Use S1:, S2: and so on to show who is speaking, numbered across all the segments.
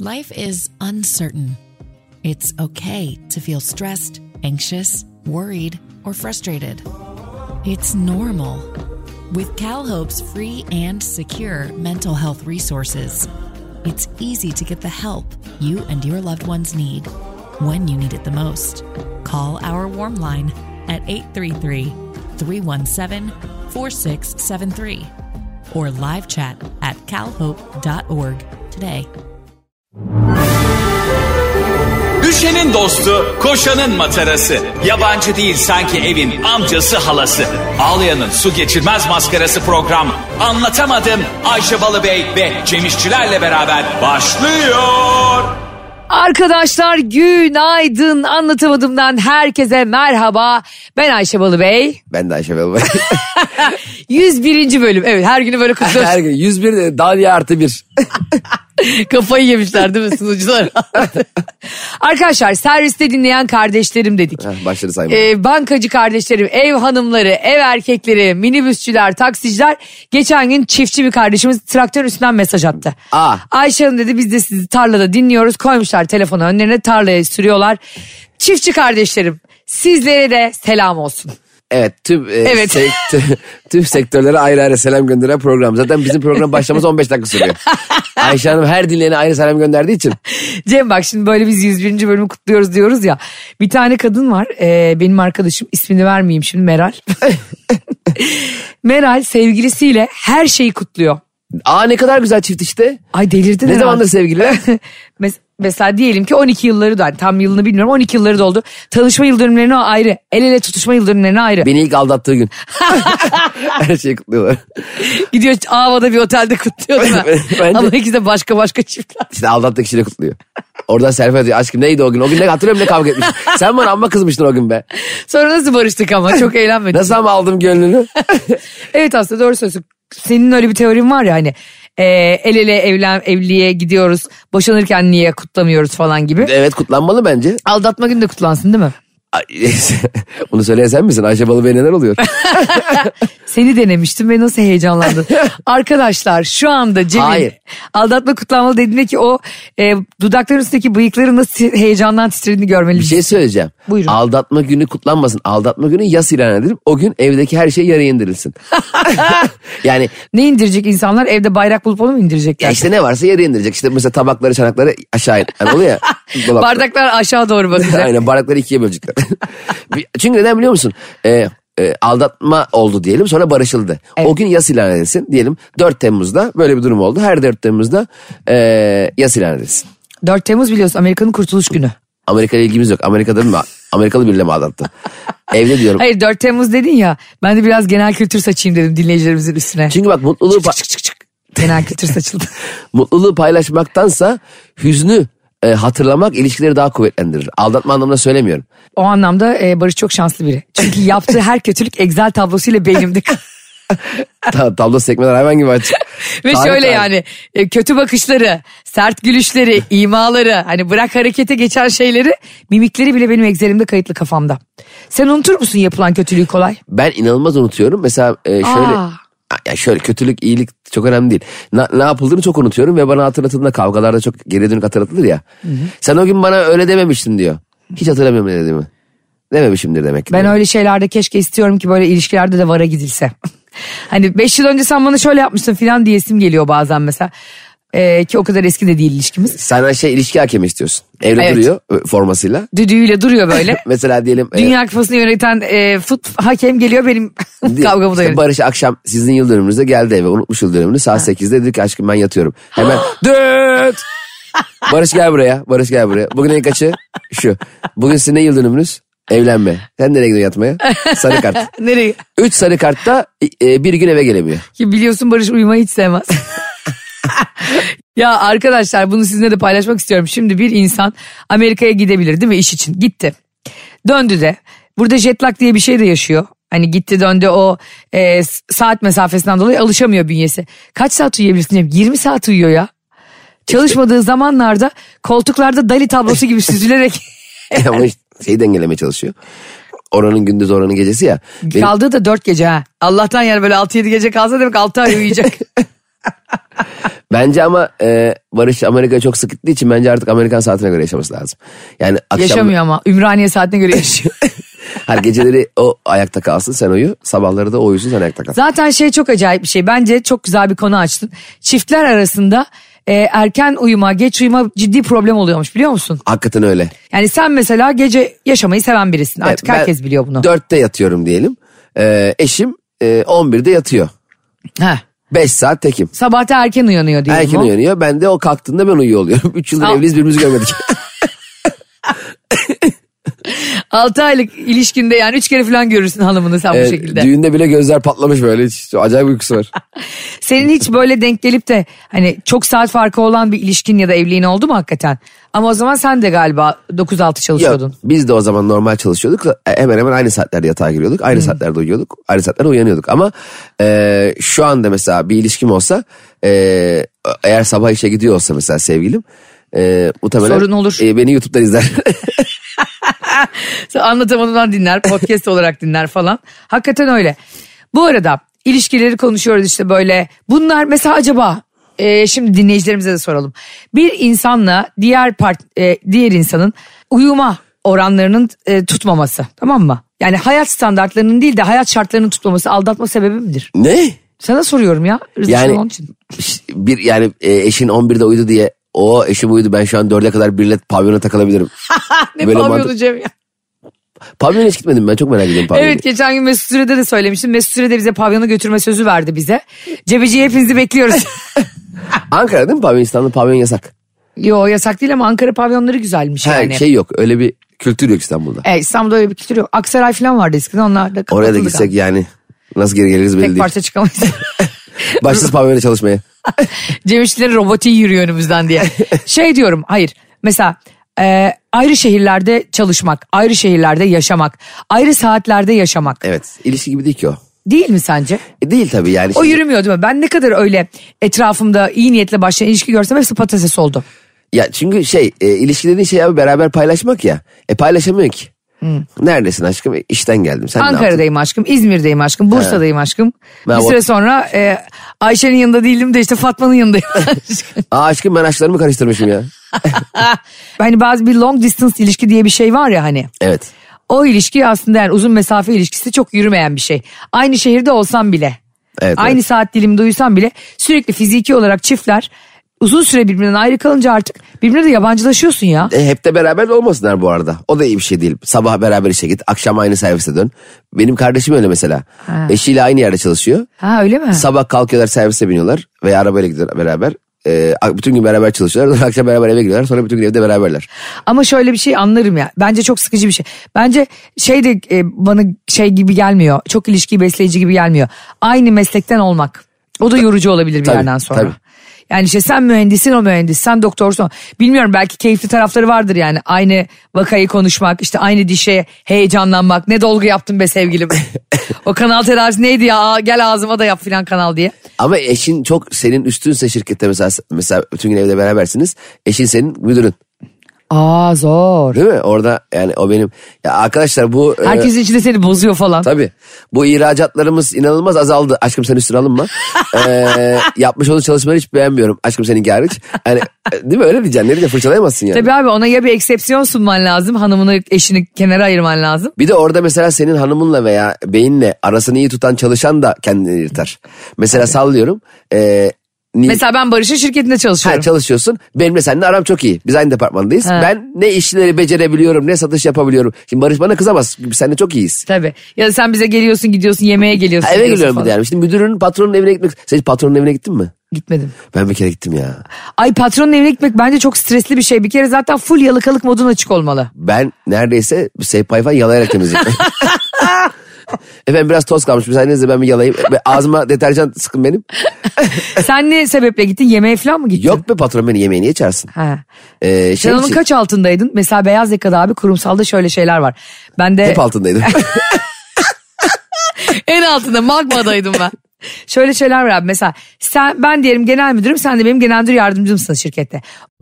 S1: Life is uncertain. It's okay to feel stressed, anxious, worried, or frustrated. It's normal. With CalHope's free and secure mental health resources, it's easy to get the help you and your loved ones need when you need it the most. Call our warm line at 833 317 4673 or live chat at calhope.org today.
S2: Düşenin dostu, koşanın matarası. Yabancı değil sanki evin amcası halası. Ağlayanın su geçirmez maskarası program. Anlatamadım Ayşe Balıbey ve Cemişçilerle beraber başlıyor.
S3: Arkadaşlar günaydın anlatamadığımdan herkese merhaba. Ben Ayşe Balıbey.
S4: Ben de Ayşe Bey.
S3: 101. bölüm. Evet her günü böyle kutluyoruz.
S4: Her gün 101 de daha diye artı bir.
S3: Kafayı yemişler değil mi sunucular? Arkadaşlar serviste dinleyen kardeşlerim dedik.
S4: Heh, Başladı saymaya.
S3: Ee, bankacı kardeşlerim, ev hanımları, ev erkekleri, minibüsçüler, taksiciler. Geçen gün çiftçi bir kardeşimiz traktör üstünden mesaj attı.
S4: Aa.
S3: Ayşe Hanım dedi biz de sizi tarlada dinliyoruz. Koymuşlar telefonu önlerine tarlaya sürüyorlar. Çiftçi kardeşlerim sizlere de selam olsun.
S4: evet tüm, e,
S3: Evet.
S4: sekt- tüm sektörlere ayrı ayrı selam gönderen program. Zaten bizim program başlaması 15 dakika sürüyor. Ayşe Hanım her dinleyene ayrı selam gönderdiği için.
S3: Cem bak şimdi böyle biz 101. bölümü kutluyoruz diyoruz ya. Bir tane kadın var e, benim arkadaşım ismini vermeyeyim şimdi Meral. Meral sevgilisiyle her şeyi kutluyor.
S4: Aa ne kadar güzel çift işte.
S3: Ay delirdin
S4: Ne
S3: herhalde.
S4: zamandır sevgililer?
S3: Mes- Mesela diyelim ki 12 yılları da tam yılını bilmiyorum 12 yılları da oldu. Tanışma yıldönümlerine ayrı. El ele tutuşma yıldönümlerine ayrı.
S4: Beni ilk aldattığı gün. her şeyi kutluyorlar.
S3: Gidiyor Ava'da bir otelde kutluyor değil mi?
S4: Bence-
S3: Ama ikisi de başka başka çiftler.
S4: İşte aldattığı kişiyle kutluyor. Oradan selfie atıyor. Aşkım neydi o gün? O gün ne hatırlıyorum ne kavga etmiş. Sen bana amma kızmıştın o gün be.
S3: Sonra nasıl barıştık ama çok eğlenmedik.
S4: Nasıl ama aldım gönlünü?
S3: Evet aslında doğru söylüyorsun. Senin öyle bir teorin var ya hani e, el ele evlen, evliliğe gidiyoruz. Boşanırken niye kutlamıyoruz falan gibi.
S4: evet kutlanmalı bence.
S3: Aldatma günü de kutlansın değil mi?
S4: Ay, Bunu söyleyen sen misin? Ayşe Balıbey neler oluyor?
S3: Seni denemiştim ve nasıl heyecanlandın. Arkadaşlar şu anda Cem'in
S4: Hayır.
S3: aldatma kutlanmalı dediğinde ki o e, dudakların üstündeki bıyıkların nasıl heyecandan titrediğini
S4: Bir
S3: görmeliyiz.
S4: şey söyleyeceğim.
S3: Buyurun.
S4: Aldatma günü kutlanmasın. Aldatma günü yas ilan edilip o gün evdeki her şey yarı indirilsin. yani
S3: Ne indirecek insanlar evde bayrak bulup onu mu indirecekler?
S4: ya işte ne varsa yarı indirecek. İşte mesela tabakları çanakları aşağı in. Hani oluyor ya. dolapta.
S3: Bardaklar aşağı doğru bakacak.
S4: Aynen bardakları ikiye bölecekler. Bir- Çünkü neden biliyor musun? Ee, e, aldatma oldu diyelim sonra barışıldı.
S3: Evet.
S4: O gün yas ilan edilsin diyelim 4 Temmuz'da böyle bir durum oldu. Her 4 Temmuz'da e, yas ilan edilsin.
S3: 4 Temmuz biliyorsun Amerika'nın kurtuluş günü.
S4: Amerika'yla ilgimiz yok. Amerika'da mı? Amerikalı biriyle mi aldattı? Evde diyorum.
S3: Hayır 4 Temmuz dedin ya ben de biraz genel kültür saçayım dedim dinleyicilerimizin üstüne.
S4: Çünkü bak mutluluğu pa-
S3: Genel kültür saçıldı.
S4: mutluluğu paylaşmaktansa hüznü e, hatırlamak ilişkileri daha kuvvetlendirir. Aldatma anlamında söylemiyorum.
S3: O anlamda e, Barış çok şanslı biri. Çünkü yaptığı her kötülük Excel tablosuyla beynimde kalıyor.
S4: Ta- tablo sekmeler hayvan gibi açık.
S3: Ve
S4: Tarih
S3: şöyle
S4: tarih.
S3: yani e, kötü bakışları, sert gülüşleri, imaları hani bırak harekete geçen şeyleri mimikleri bile benim egzerimde kayıtlı kafamda. Sen unutur musun yapılan kötülüğü kolay?
S4: Ben inanılmaz unutuyorum. Mesela e, şöyle
S3: Aa.
S4: ya şöyle kötülük iyilik çok önemli değil. Na- ne yapıldığını çok unutuyorum ve bana hatırlatıldığında kavgalarda çok geriye dönük hatırlatılır ya. Sen o gün bana öyle dememiştin diyor. Hiç hatırlamıyorum ne dediğimi. Dememişimdir demek ki.
S3: Ben öyle şeylerde keşke istiyorum ki böyle ilişkilerde de vara gidilse. hani 5 yıl önce sen bana şöyle yapmıştın filan diyesim geliyor bazen mesela. E, ki o kadar eski de değil ilişkimiz.
S4: Sen şey ilişki hakemi istiyorsun. Evde
S3: Evet.
S4: duruyor e, formasıyla.
S3: Düdüğüyle duruyor böyle.
S4: Mesela diyelim e,
S3: Dünya Kupası'nı yöneten e, fut, hakem geliyor benim
S4: Diye-
S3: kavgamı da
S4: işte
S3: yönetiyor.
S4: Barış akşam sizin yıl dönümünüzde geldi eve unutmuş yıl dönümünü saat 8'de dedi ki aşkım ben yatıyorum. Hemen dört. Barış gel buraya Barış gel buraya. Bugün en kaçı? Şu. Bugün sizin ne yıl dönümünüz? Evlenme. Sen nereye gidiyorsun yatmaya? Sarı kart.
S3: Nereye?
S4: Üç sarı kartta e, bir gün eve gelemiyor.
S3: Ki biliyorsun Barış uyumayı hiç sevmez. ya arkadaşlar bunu sizinle de paylaşmak istiyorum. Şimdi bir insan Amerika'ya gidebilir değil mi iş için? Gitti. Döndü de. Burada jet lag diye bir şey de yaşıyor. Hani gitti döndü o e, s- saat mesafesinden dolayı alışamıyor bünyesi. Kaç saat uyuyabilirsin? Cem? 20 saat uyuyor ya. Çalışmadığı zamanlarda koltuklarda Dali tablosu gibi süzülerek
S4: Ama işte şeyi dengelemeye çalışıyor. Oranın gündüz oranın gecesi ya. Benim-
S3: kaldığı da 4 gece ha. Allah'tan yani böyle 6-7 gece kalsa demek 6 ay uyuyacak.
S4: Bence ama e, Barış Amerika'ya çok sık gittiği için bence artık Amerikan saatine göre yaşaması lazım. Yani akşam,
S3: Yaşamıyor ama. Ümraniye saatine göre yaşıyor.
S4: Her geceleri o ayakta kalsın sen uyu. Sabahları da o uyusun sen ayakta kal.
S3: Zaten şey çok acayip bir şey. Bence çok güzel bir konu açtın. Çiftler arasında e, erken uyuma, geç uyuma ciddi problem oluyormuş biliyor musun?
S4: Hakikaten öyle. E,
S3: Yani sen mesela gece yaşamayı seven birisin. Artık
S4: Ben
S3: herkes biliyor bunu.
S4: Dörtte yatıyorum diyelim. E, eşim e, 11'de yatıyor.
S3: Heh.
S4: Beş saat tekim.
S3: Sabahta erken uyanıyor diyelim
S4: Erken
S3: o.
S4: uyanıyor. Ben de o kalktığında ben uyuyor oluyorum. Üç yıldır
S3: Al.
S4: evliyiz birbirimizi görmedik.
S3: 6 aylık ilişkinde yani üç kere falan görürsün hanımını sen bu
S4: E,
S3: şekilde.
S4: düğünde bile gözler patlamış böyle. Hiç- Acayip uykusu var.
S3: Senin hiç böyle denk gelip de hani çok saat farkı olan bir ilişkin ya da evliliğin oldu mu hakikaten? Ama o zaman sen de galiba 9-6
S4: Yok,
S3: çalışıyordun.
S4: biz de o zaman normal çalışıyorduk. E, Hemen hemen aynı saatlerde yatağa giriyorduk. Aynı saatlerde uyuyorduk. Aynı saatlerde uyanıyorduk. Ama e, şu anda mesela bir ilişkim olsa e, eğer sabah işe gidiyor olsa mesela sevgilim e, muhtemelen
S3: Sorun olur.
S4: e, beni YouTube'dan izler.
S3: Sen Anlatamadığımdan dinler, podcast olarak dinler falan. Hakikaten öyle. Bu arada ilişkileri konuşuyoruz işte böyle. Bunlar mesela acaba e, şimdi dinleyicilerimize de soralım. Bir insanla diğer part, e, diğer insanın uyuma oranlarının e, tutmaması tamam mı? Yani hayat standartlarının değil de hayat şartlarının tutmaması aldatma sebebi midir?
S4: ne?
S3: Sana soruyorum ya. Rızkı
S4: Yani-
S3: onun için.
S4: Bir yani e, eşin 11'de uyudu diye o eşim uyudu ben şu an 4'e kadar birle pavyona takılabilirim.
S3: Ne
S4: Böyle
S3: pavyonu
S4: mantık-
S3: Cem ya?
S4: Pavyona hiç gitmedim ben çok merak ediyorum pavyonu.
S3: Evet geçen gün Mesut Süre'de de söylemiştim. Mesut Süre de bize pavyonu götürme sözü verdi bize. Cebeci'ye hepinizi bekliyoruz.
S4: Ankara değil mi pavyon İstanbul'da pavyon yasak.
S3: Yo yasak değil ama Ankara pavyonları güzelmiş
S4: Ha,
S3: yani.
S4: Şey yok öyle bir kültür yok İstanbul'da.
S3: E, İstanbul'da öyle bir kültür yok. Aksaray falan vardı eskiden onlar da
S4: Oraya da
S3: kapatıldı
S4: gitsek
S3: galiba.
S4: yani nasıl geri geliriz belli
S3: Tek
S4: değil.
S3: parça çıkamayız.
S4: Başsız pavyona çalışmaya.
S3: Cem İşçilerin robotiği yürüyor önümüzden diye. Şey diyorum hayır mesela e, ayrı şehirlerde çalışmak, ayrı şehirlerde yaşamak, ayrı saatlerde yaşamak
S4: Evet. ilişki gibi değil ki o.
S3: değil mi sence?
S4: E, değil tabii yani.
S3: O
S4: Şimdi
S3: yürümüyor değil mi? Ben ne kadar öyle etrafımda iyi niyetle başlayan ilişki görsem hepsi patates oldu.
S4: Ya çünkü şey e, ilişkilerin şey abi beraber paylaşmak ya. E paylaşamıyor ki.
S3: Hmm.
S4: Neredesin aşkım? E, İşten geldim. Sen ne yaptın?
S3: Ankara'dayım aşkım, İzmir'deyim aşkım, Bursa'dayım aşkım.
S4: Ben
S3: bir
S4: o-
S3: süre sonra e, Ayşe'nin yanında değilim de işte Fatma'nın yanındayım.
S4: Aa aşkım ben aşklarımı karıştırmışım ya.
S3: hani bazı bir long distance ilişki diye bir şey var ya hani.
S4: Evet.
S3: O ilişki aslında yani uzun mesafe ilişkisi çok yürümeyen bir şey. Aynı şehirde olsam bile.
S4: Evet,
S3: aynı
S4: evet.
S3: saat diliminde uyusam bile sürekli fiziki olarak çiftler uzun süre birbirinden ayrı kalınca artık birbirine de yabancılaşıyorsun ya.
S4: E, hep de beraber de olmasınlar bu arada. O da iyi bir şey değil. Sabah beraber işe git. Akşam aynı servise dön. Benim kardeşim öyle mesela. Eşiyle aynı yerde çalışıyor.
S3: Ha öyle mi?
S4: Sabah kalkıyorlar servise biniyorlar. Veya arabayla gidiyorlar beraber. E, bütün gün beraber çalışıyorlar. Sonra akşam beraber eve gidiyorlar. Sonra bütün gün evde beraberler.
S3: Ama şöyle bir şey anlarım ya. Bence çok sıkıcı bir şey. Bence şey de e, bana şey gibi gelmiyor. Çok ilişkiyi besleyici gibi gelmiyor. Aynı meslekten olmak. O da yorucu olabilir bir
S4: Tabii,
S3: yerden sonra.
S4: tabii.
S3: Yani işte sen mühendisin o mühendis, sen doktorsun. Bilmiyorum belki keyifli tarafları vardır yani. Aynı vakayı konuşmak, işte aynı dişe heyecanlanmak. Ne dolgu yaptın be sevgilim. o kanal tedavisi neydi ya? Aa, Gel ağzıma da yap filan kanal diye.
S4: Ama eşin çok senin üstünse şirkette mesela mesela bütün gün evde berabersiniz. Eşin senin müdürün.
S3: Aa zor.
S4: Değil mi? Orada yani o benim. Ya arkadaşlar bu e,
S3: Herkesin içinde seni bozuyor falan.
S4: tabii. Bu ihracatlarımız inanılmaz azaldı. Aşkım sen üstüne alınma. Ee, yapmış olduğu çalışmaları hiç beğenmiyorum. Aşkım senin hariç. Hani e, değil mi? Öyle diyeceksin. Ne diyeceksin? Fırçalayamazsın yani.
S3: Tabii abi ona ya bir eksepsiyon sunman lazım. Hanımını eşini kenara ayırman lazım.
S4: Bir de orada mesela senin hanımınla veya beyinle arasını iyi tutan çalışan da kendini yırtar. Mesela sallıyorum. E, ni-
S3: Mesela ben Barış'ın şirketinde
S4: Ha,
S3: çalışıyorum.
S4: çalışıyorsun. Benimle seninle aram çok iyi. Biz aynı departmandayız.
S3: Ha.
S4: Ben ne işleri becerebiliyorum ne satış yapabiliyorum. Şimdi Barış bana kızamaz. Seninle çok iyiyiz.
S3: Tabii. Ya da sen bize geliyorsun gidiyorsun yemeğe geliyorsun.
S4: Ha, eve
S3: gidiyorsun
S4: geliyorum bir de
S3: falan.
S4: yani. Şimdi müdürünün patronun evine gitmek. Sen hiç patronun evine gittin mi?
S3: Gitmedim.
S4: Ben bir kere gittim ya.
S3: Ay patronun evine gitmek bence çok stresli bir şey. Bir kere zaten full yalıkalık modun açık olmalı.
S4: Ben neredeyse sehpayı falan yalayarak temizledim. Efendim biraz toz kalmış. Müsaadenizle ben bir yalayayım. Ve Ağzıma deterjan sıkın benim.
S3: Sen ne sebeple gittin? Yemeğe falan mı gittin?
S4: Eh. Yok be patron beni yemeğe niye çağırsın?
S3: Ha.
S4: Ee, şey
S3: Sen onun
S4: için-
S3: kaç altındaydın? Mesela beyaz yakada abi kurumsalda şöyle şeyler var. Ben de
S4: Hep altındaydım.
S3: en altında magmadaydım ben. Şöyle şeyler var abi mesela sen, ben diyelim genel müdürüm sen de benim genel müdür yardımcımsın şirkette.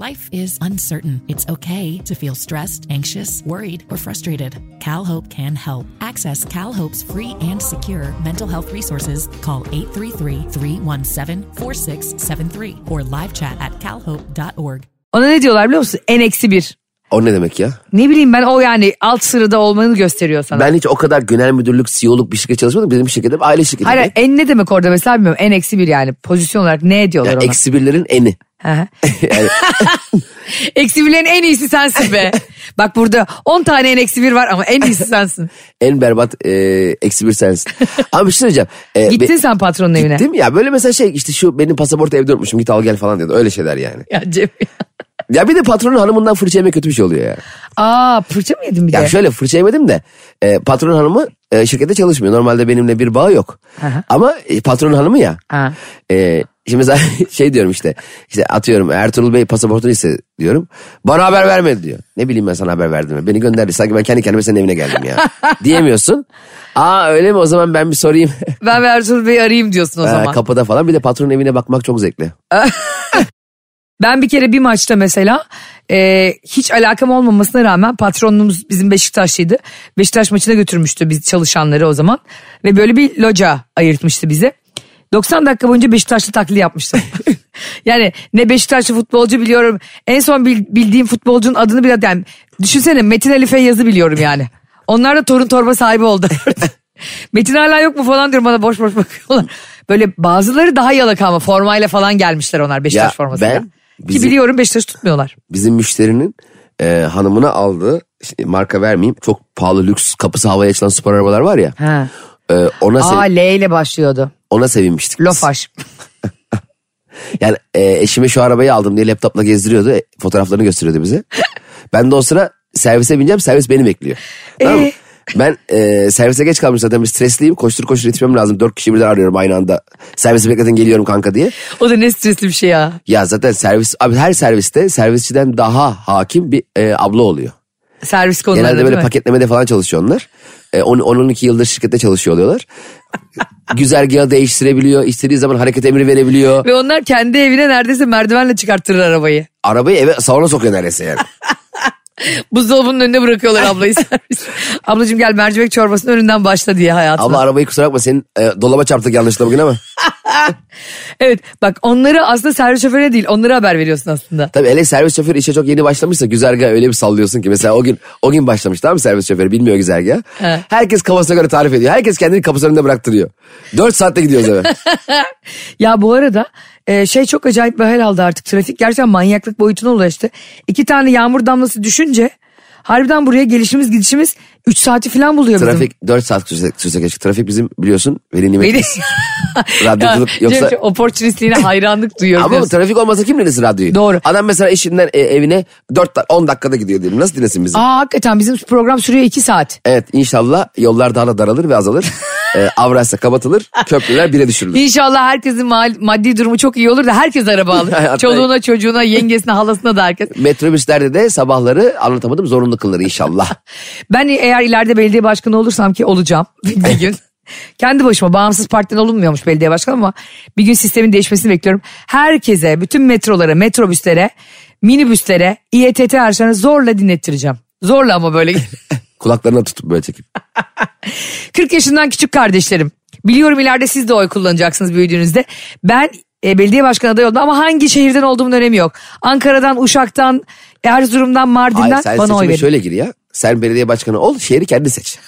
S1: Life is uncertain. It's okay to feel stressed, anxious, worried, or frustrated. CalHope can help. Access CalHope's free and secure mental health resources. Call 833-317-4673 or live chat at calhope.org.
S3: Ona ne diyorlar biliyor musun? En eksi bir.
S4: O ne demek ya?
S3: Ne bileyim ben o yani alt sırada olmanı gösteriyor sana.
S4: Ben hiç o kadar genel müdürlük, CEO'luk bir şirkette çalışmadım. Bizim şirketim aile şirketi.
S3: Hayır en ne demek orada mesela bilmiyorum. En eksi bir yani pozisyon olarak ne diyorlar
S4: Yani
S3: ona?
S4: eksi birlerin eni.
S3: Hı hı.
S4: Yani
S3: Eksi birlerin en iyisi sensin be. Bak burada 10 tane en eksi bir var ama en iyisi sensin.
S4: en berbat e, eksi bir sensin. Ama bir şey söyleyeceğim. E,
S3: Gittin
S4: be-
S3: sen patronun evine.
S4: Gittim ya böyle mesela şey işte şu benim pasaportu evde unutmuşum git al gel falan diyordu öyle şeyler yani.
S3: Ya Cem ya.
S4: Ya bir de patronun hanımından fırça yemek kötü bir şey oluyor ya.
S3: Aa fırça mı yedin bir
S4: Ya
S3: de?
S4: şöyle fırça yemedim de e, patronun hanımı e, şirkette çalışmıyor. Normalde benimle bir bağı yok.
S3: Aha.
S4: Ama e, patronun hanımı ya.
S3: Ha.
S4: E, şimdi mesela şey diyorum işte işte atıyorum Ertuğrul Bey pasaportunu iste diyorum. Bana haber vermedi diyor. Ne bileyim ben sana haber verdim. mi? Beni gönderdi. Sanki ben kendi kendime senin evine geldim ya. Diyemiyorsun. Aa öyle mi o zaman ben bir sorayım.
S3: Ben ve Ertuğrul Bey'i arayayım diyorsun o
S4: Ha,
S3: zaman.
S4: kapıda falan bir de patronun evine bakmak çok zevkli.
S3: Ben bir kere bir maçta mesela e, hiç alakam olmamasına rağmen patronumuz bizim Beşiktaşlıydı. Beşiktaş maçına götürmüştü biz çalışanları o zaman. Ve böyle bir loca ayırtmıştı bize. 90 dakika boyunca Beşiktaşlı taklidi yapmıştım. yani ne Beşiktaşlı futbolcu biliyorum. En son bil- bildiğim futbolcunun adını bile yani düşünsene Metin Ali Feyyaz'ı biliyorum yani. Onlar da torun torba sahibi oldu. Metin hala yok mu falan diyorum bana boş boş bakıyorlar. Böyle bazıları daha yalaka ama formayla falan gelmişler onlar Beşiktaş
S4: Ya
S3: formasıyla.
S4: ben
S3: Ki
S4: bizim-
S3: biliyorum Beşiktaş'ı tutmuyorlar.
S4: bizim müşterinin e, hanımına aldığı işte marka vermeyeyim çok pahalı lüks kapısı havaya açılan spor arabalar var ya.
S3: Ha.
S4: E, ona
S3: Aa
S4: sev-
S3: L ile başlıyordu.
S4: ona sevinmiştik. biz.
S3: Lofaş.
S4: Yani e, eşime şu arabayı aldım diye laptopla gezdiriyordu. e, fotoğraflarını gösteriyordu bize. ben de o sıra servise bineceğim servis beni bekliyor. Tamam mı?
S3: Ee?
S4: Ben e, servise geç kalmış zaten bir stresliyim. Koştur koştur yetişmem lazım. Dört kişi birden arıyorum aynı anda. Servisi bekletin geliyorum kanka diye.
S3: O da ne stresli bir şey ya.
S4: Ya zaten servis abi her serviste servisçiden daha hakim bir e, abla oluyor.
S3: Servis konuları
S4: Genelde
S3: değil
S4: böyle
S3: mi?
S4: paketlemede falan çalışıyor onlar. E, 10-12 yıldır şirkette çalışıyor oluyorlar. Güzergahı değiştirebiliyor. istediği zaman hareket emri verebiliyor.
S3: Ve onlar kendi evine neredeyse merdivenle çıkarttırır arabayı.
S4: Arabayı eve salona sokuyor neredeyse yani.
S3: Buzdolabının önüne bırakıyorlar ablayı servis. Ablacığım gel mercimek çorbasının önünden başla diye hayatına.
S4: Abla arabayı kusura bakma senin e, dolaba çarptık yanlışlıkla bugün ama.
S3: Evet bak onları aslında servis şoförüne değil onlara haber veriyorsun aslında.
S4: Tabii hele servis şoförü işe çok yeni başlamışsa güzergahı öyle bir sallıyorsun ki. Mesela o gün o gün başlamış tamam mı servis şoförü bilmiyor güzergahı.
S3: He.
S4: Herkes kafasına göre tarif ediyor. Herkes kendini kapısının önünde bıraktırıyor. 4 saatte gidiyoruz eve.
S3: Ya bu arada e, şey çok acayip bir hal aldı artık. Trafik gerçekten manyaklık boyutuna ulaştı. İki tane yağmur damlası düşünce harbiden buraya gelişimiz gidişimiz 3 saati falan buluyor bizim.
S4: Trafik 4 saat sürse, sürse keşke. Trafik bizim biliyorsun veli
S3: Beni...
S4: nimetimiz. Radyocılık
S3: Ya,
S4: yoksa-
S3: Cem, oportunistliğine hayranlık duyuyorum.
S4: Ama bu trafik olmasa kim dinlesin radyoyu?
S3: Doğru.
S4: Adam mesela işinden e, evine 4 10 dakikada gidiyor diyelim. Nasıl dinlesin bizi?
S3: Aa hakikaten bizim program sürüyor 2 saat.
S4: Evet inşallah yollar daha da daralır ve azalır. e, Avrasya kapatılır, köprüler bire düşürülür.
S3: İnşallah herkesin mal- maddi durumu çok iyi olur da herkes araba alır.
S4: Hayatta-
S3: Çoluğuna çocuğuna yengesine halasına da herkes.
S4: Metrobüslerde de sabahları anlatamadım zorunlu kılır inşallah.
S3: Ben eğer ileride belediye başkanı olursam ki olacağım bir gün. Kendi başıma bağımsız partiden olunmuyormuş belediye başkanı ama bir gün sistemin değişmesini bekliyorum. Herkese, bütün metrolara, metrobüslere, minibüslere, İETT araçlarına zorla dinlettireceğim. Zorla ama böyle.
S4: Kulaklarına tutup böyle çekip.
S3: 40 yaşından küçük kardeşlerim. Biliyorum ileride siz de oy kullanacaksınız büyüdüğünüzde. Ben e, belediye başkanı adayı oldum ama hangi şehirden olduğumun önemi yok. Ankara'dan, Uşak'tan, Erzurum'dan, Mardin'den
S4: Hayır sen
S3: bana oy
S4: seçime
S3: verin.
S4: şöyle gir ya. Sen belediye başkanı ol şehri kendi seç.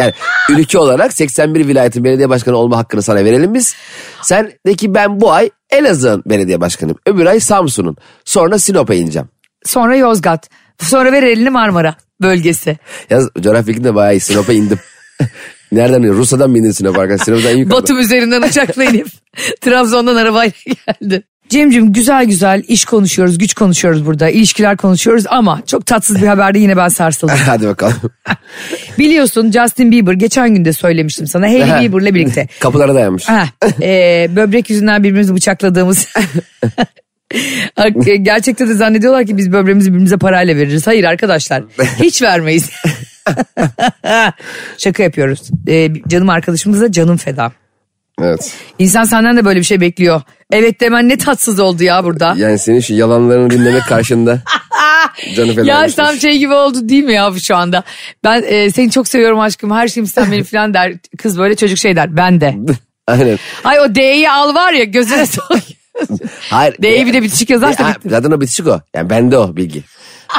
S4: Yani ülke olarak 81 vilayetin belediye başkanı olma hakkını sana verelim biz. Sen de ki ben bu ay Elazığ'ın belediye başkanıyım. Öbür ay Samsun'un. Sonra Sinop'a ineceğim.
S3: Sonra Yozgat, sonra ver elini Marmara bölgesi.
S4: Yalnız coğrafya bilgin de bayağı iyi. Sinop'a indim. Nereden bindin? Rusya'dan bindin Sinop arkadaş. Sinop'tan yukarıda.
S3: Batum üzerinden uçakla inip Trabzon'dan arabayla geldi. Cemcim güzel güzel iş konuşuyoruz, güç konuşuyoruz burada, ilişkiler konuşuyoruz ama çok tatsız bir haberde yine ben sarsıldım.
S4: Hadi bakalım.
S3: Biliyorsun Justin Bieber geçen gün de söylemiştim sana Hailey Bieber'la birlikte.
S4: Kapılara dayanmış.
S3: Ha, e, böbrek yüzünden birbirimizi bıçakladığımız. Hak- Gerçekte de zannediyorlar ki biz böbreğimizi birbirimize parayla veririz. Hayır arkadaşlar hiç vermeyiz. Şaka yapıyoruz. E, canım arkadaşımıza canım feda.
S4: Evet.
S3: İnsan senden de böyle bir şey bekliyor. Evet demen ne tatsız oldu ya burada.
S4: Yani senin şu yalanlarını dinlemek karşında canı feda
S3: Ya
S4: olmuştur.
S3: tam şey gibi oldu değil mi ya bu şu anda? Ben e, seni çok seviyorum aşkım her şeyim sen benim falan der. Kız böyle çocuk şey der ben de.
S4: Aynen.
S3: Ay o D'yi al var ya gözüne sok.
S4: Hayır.
S3: D'yi bir de bitişik yazarsa
S4: Ha,
S3: bitti.
S4: zaten o bitişik o. Yani bende o bilgi.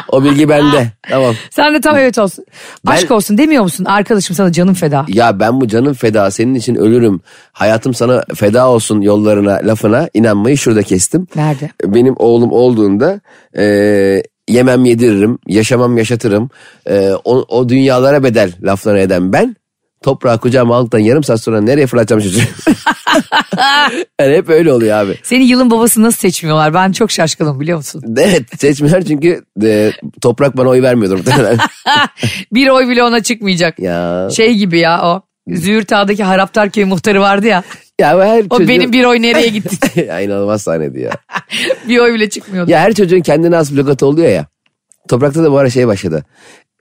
S4: O bilgi bende. Tamam.
S3: Sen de tam evet olsun.
S4: Ben-
S3: Aşk olsun demiyor musun? Arkadaşım sana canım feda.
S4: Ya ben bu canım feda senin için ölürüm. Hayatım sana feda olsun yollarına lafına inanmayı şurada kestim.
S3: Nerede?
S4: Benim oğlum olduğunda eee, yemem yediririm, yaşamam yaşatırım. Eee, o, o dünyalara bedel lafları eden ben toprağı kucağıma aldıktan yarım saat sonra nereye fırlatacağım çocuğu? yani hep öyle oluyor abi.
S3: Seni yılın babası nasıl seçmiyorlar? Ben çok şaşkınım biliyor musun?
S4: Evet seçmeler çünkü eee, toprak bana oy vermiyordur muhtemelen.
S3: Bir oy bile ona çıkmayacak.
S4: ya.
S3: Şey gibi ya o. Züğürt Ağa'daki Haraptar Köyü muhtarı vardı ya.
S4: ya bu her
S3: O
S4: çocuğun-
S3: benim bir oy nereye gitti?
S4: ya inanılmaz sahneydi ya.
S3: bir oy bile çıkmıyordu.
S4: Ya her çocuğun kendine has blokatı oluyor ya. Toprakta da bu ara şey başladı.